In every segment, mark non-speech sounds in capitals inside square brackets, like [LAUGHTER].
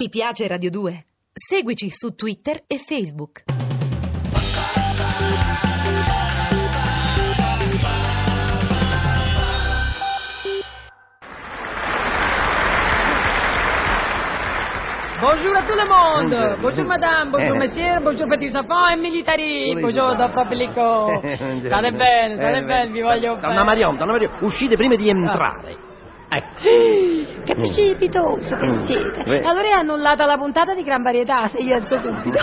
Ti piace Radio 2? Seguici su Twitter e Facebook. Bonjour à tout le monde. Buongiorno. Bonjour, madame, bonjour Eh. monsieur, bonjour petit sapin e militari. Pulito. Bonjour da [LAUGHS] pubblico. Buongiorno. State bene, state Eh, bene, vi voglio bene. Eh. Donna Marion, donna Marion, uscite prima di entrare. Ecco. Che precipitoso che siete. Mm. Beh. Allora è annullata la puntata di gran varietà, se io esco [LAUGHS] subito.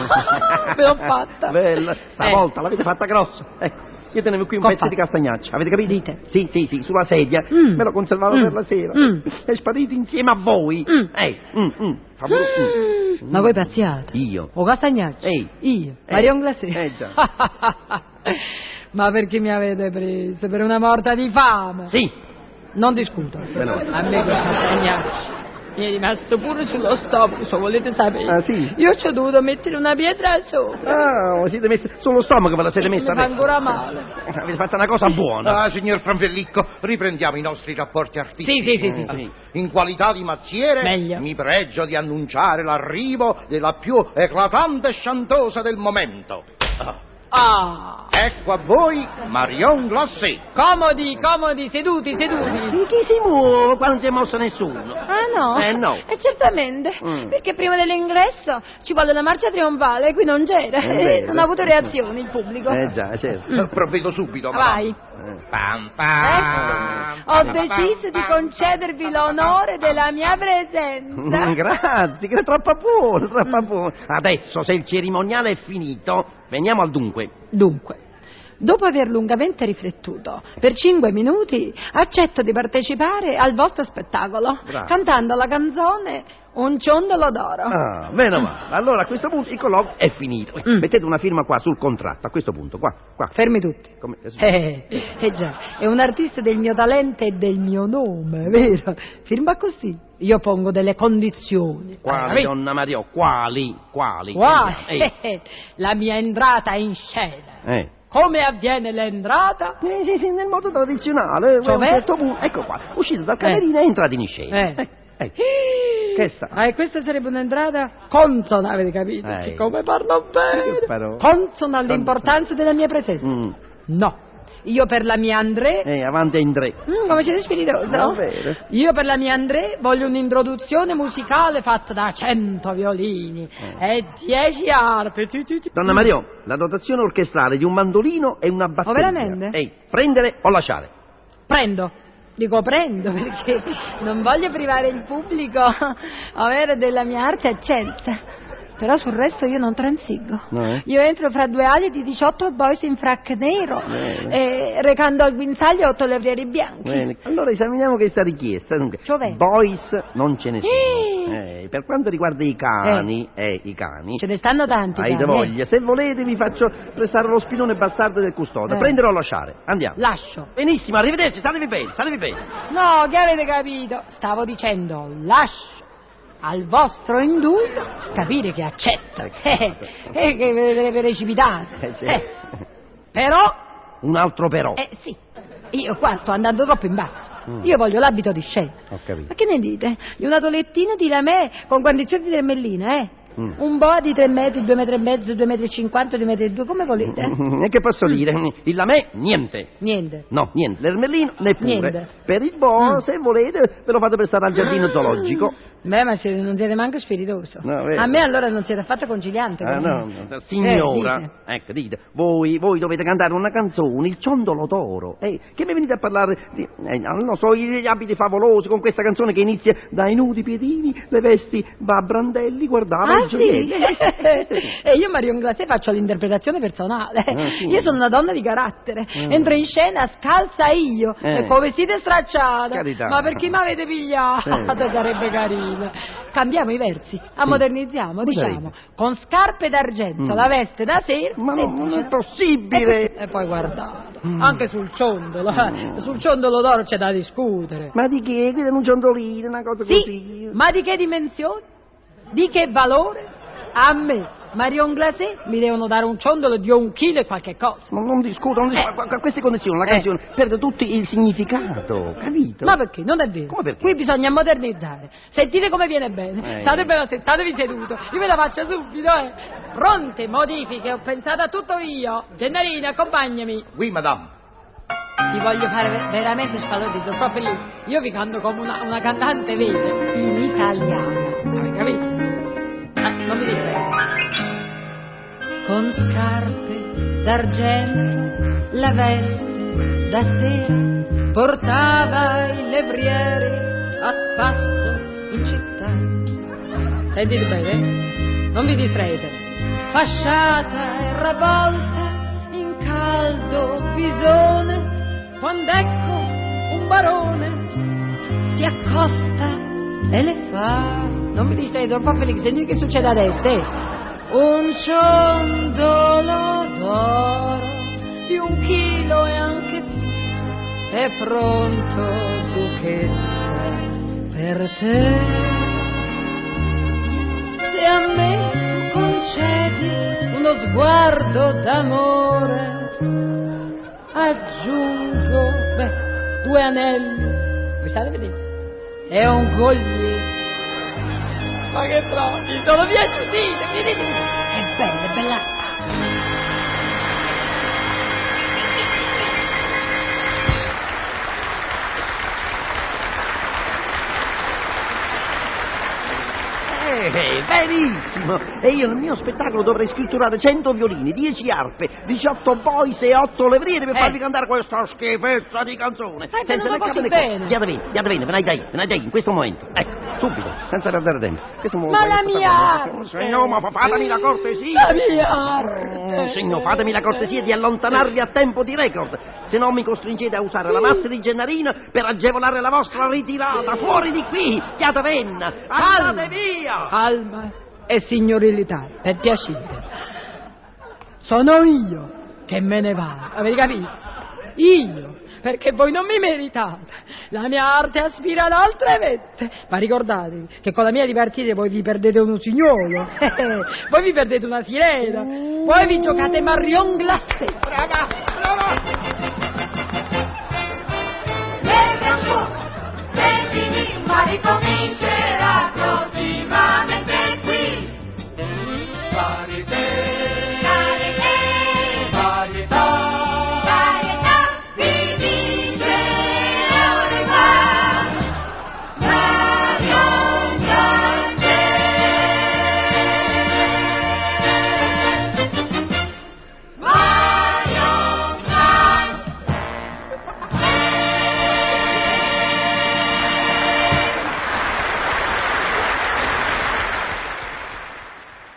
Ve [LAUGHS] l'ho fatta. Bella, Eh. stavolta l'avete fatta grossa. Ecco. Io tenevo qui un Come pezzo di fa? castagnaccia, avete capito? Sì, sì, sì, sulla sedia. Mm. Me lo conservavo Mm. per la sera. Mm. È sparito insieme a voi. Mm. Ehi, mm, mm, fabbro- mm. Eh. Ma voi pazziate? Io. O Castagnacci? Ehi. Io, Eh. Marion Glacé. Eh, già. [LAUGHS] Ma perché mi avete preso? Per una morta di fame? Sì. Non discuto. Beh, no. A me quel Castagnacci mi è rimasto pure sullo stomaco, volete sapere? Ah, sì? Io ci ho dovuto mettere una pietra sopra. Ah, vi siete messi sullo stomaco, ve la siete messa. mi fa adesso. ancora male. Avete fatto una cosa buona. Ah, signor Franfellicco, riprendiamo i nostri rapporti artistici. Mm. Sì, sì, sì, sì. Sì. In qualità di mazziere, Meglio. mi pregio di annunciare l'arrivo della più eclatante sciantosa del momento. Ah! Ecco a voi Marion Glacé. Comodi, comodi, seduti, seduti. Di chi si muove quando non si è mosso nessuno? Ah no? Eh, no. Eh, certamente, Mm. perché prima dell'ingresso ci vuole la marcia trionfale e qui non c'era. Eh, beh, Eh, [LAUGHS] non beh. ha avuto reazioni il pubblico. Eh già, certo. Mm. Eh, Provvedo subito, madame. Vai. Eh. Pam, Ecco, pam, ho pam, deciso pam, di pam, concedervi pam, pam, l'onore pam, della pam, mia Mm, presenza. Grazie, che è troppo buono, troppo Mm. buono. Adesso, se il cerimoniale è finito, veniamo al dunque. Dunque, dopo aver lungamente riflettuto, per cinque minuti accetto di partecipare al vostro spettacolo, Bravo. cantando la canzone Un ciondolo d'oro. Ah, meno male. Allora, a questo punto il colloquio è finito. Mm. Mettete una firma qua sul contratto, a questo punto, qua, qua. Fermi tutti. Come- eh, sì. Eh, eh già, è un artista del mio talento e del mio nome, vero? Firma così. Io pongo delle condizioni. Quali, Capito? donna Mario, quali, quali? Guai, Eh, la mia entrata in scena. eh. Come avviene l'entrata? Eh, sì, sì, nel modo tradizionale, a un Cioè? certo punto, ecco qua, uscite dal camerino e entrate in scena. Eh. eh. Che sta? Ah, e questa sarebbe un'entrata consona, avete capito? Eh. Siccome parlo bene. Che parole. Consona all'importanza della mia presenza. Mm. No, io per la mia André... Eh, avanti e in tre. Mm, come siete spiritoso? No, vero. Io per la mia André voglio un'introduzione musicale fatta da cento violini e dieci arpe. Ti, ti, ti. Eh. Donna Mario, la dotazione orchestrale di un mandolino e una batteria. Oh, veramente? Ehi, prendere o lasciare? Prendo. Dico prendo [LAUGHS] perché non voglio privare il pubblico [LAUGHS] ovvero della mia arte accenza. Però sul resto io non transigo. No, eh? Io entro fra due ali di 18 boys in frac nero, Bene. eh, recando al guinzaglio otto levrieri bianchi. Bene, allora esaminiamo questa richiesta. Dunque, Cioè? boys non ce ne sono. Eh, per quanto riguarda i cani, eh, i cani, Ce ne stanno tanti. hai cani, eh. voglia. Se volete vi faccio prestare lo spinone bastardo del custode. Eh. Prendere o lasciare? Andiamo. Lascio. Benissimo, arrivederci, statevi bene, statevi bene. No, che avete capito? Stavo dicendo lascio al vostro indulto capire che accetto [LAUGHS] e che ve ve- ve precipitate. Eh, sì. Eh, Però, Un altro però. eh sì, io qua sto andando troppo in basso. Mm. Io voglio l'abito di scena. Ho capito. Ma che ne dite? Di una tolettina di lamè con guarnizione di tremmellina, eh? Mm. Un boa di 3 metri, 2 metri e mezzo, 2 metri e 50, 2 metri e 2, come volete. [LAUGHS] eh? E che posso dire? Il lamè, niente. Niente. No, niente, l'ermellino neppure. Niente. Per il boa, se volete, ve lo fate prestare al giardino zoologico. Beh, ma se non siete manco spiritoso. No, vero. A me allora non siete affatto conciliante. Ah, con me. no, no, signora, Eh, dite. ecco, dite, voi, voi dovete cantare una canzone, il ciondolo d'oro. Eh, che mi venite a parlare di, eh, non lo so, gli abiti favolosi con questa canzone che inizia dai nudi piedini, le vesti va a brandelli, guardava Ah, il sì? gioiello. Eh, sì, sì, sì. [LAUGHS] e io, Marion Glacé, faccio l'interpretazione personale. Ah, sì. Ah. Io sono una donna di carattere. Entro in scena scalza io, Eh. e con vestito stracciato. Carità. Ma per chi mi avete pigliato? Eh. [LAUGHS] Sarebbe carino. Cambiamo i versi, Sì. ammodernizziamo, Cosa diciamo. avete? Con scarpe d'argento, Mm. la veste da sera. Ma no, non è semplice. E, possibile. poi- e poi guardate, Mm. anche sul ciondolo, eh, sul ciondolo d'oro c'è da discutere. Ma di che? Qui è un ciondolino, una cosa Sì, così. ma di che dimensioni? Di che valore? A me Marion Glacé mi devono dare un ciondolo di un chilo e qualche cosa. Non, non discuto, non discuto. Eh. A- a queste condizioni la Eh. canzone perde tutto il significato, capito? Ma perché? Non è vero. Come perché? Qui bisogna modernizzare. Sentite come viene bene. Eh. State bene, settatevi seduto. Io ve la faccio subito, eh. Pronte modifiche, ho pensato a tutto io. Gennarina, accompagnami. Oui, madame. Vi voglio fare ve- veramente sbalordito, proprio lì. Io vi canto come una, una cantante vera, in italiano. Avete capito? Eh, non mi distraigo. Con scarpe d'argento, la veste da sera, portava il levriere a spasso in città. Sentite bene, eh? non vi distraete. Fasciata e ravolta in caldo visone, quando ecco un barone si accosta e le fa. Non mi distraete, un po' Felix, senti che succede adesso, eh? Un ciondolo d'oro di un chilo e anche più è pronto, duchessa, per te. Se a me tu concedi uno sguardo d'amore, aggiungo, beh, due anelli. Voi state vedendo? E un collier. Ma che trovi? Sono via Giudite, vedete? È bella, è bella. Eh, eh, benissimo! E io nel mio spettacolo dovrei scritturare 100 violini, 10 arpe, 18 boys e 8 levriere per Eh. farvi cantare questa schifezza di Eh, canzone. Stai senza venendo né capo così né coda. bene. Diate bene, diate bene, ve ne dai, ve ne dai in questo momento. Ecco, subito, senza perdere tempo. Questo mo- Ma la questo- mia arte! Signor, ma fa- fatemi la cortesia! La Mm, mia arte! Oh, signor, fatemi la cortesia di allontanarvi a tempo di record, se no mi costringete a usare la mazza di Gennarino per agevolare la vostra ritirata. Fuori di qui, Chiatavenna! Andate via! Calma e signorilità, per piacere. Sono io che me ne vado, avete capito? Io, perché voi non mi meritate. La mia arte aspira ad altre vette. Ma ricordatevi che con la mia dipartire voi vi perdete uno signolo, [LAUGHS] Eh, voi vi perdete una sirena, voi vi giocate Marion Glacé. Le branco, sentimi, ma ricomincerà prossimamente qui. Varietà, varietà, varietà, vi vincerà le Mario Grande. Mario Grande.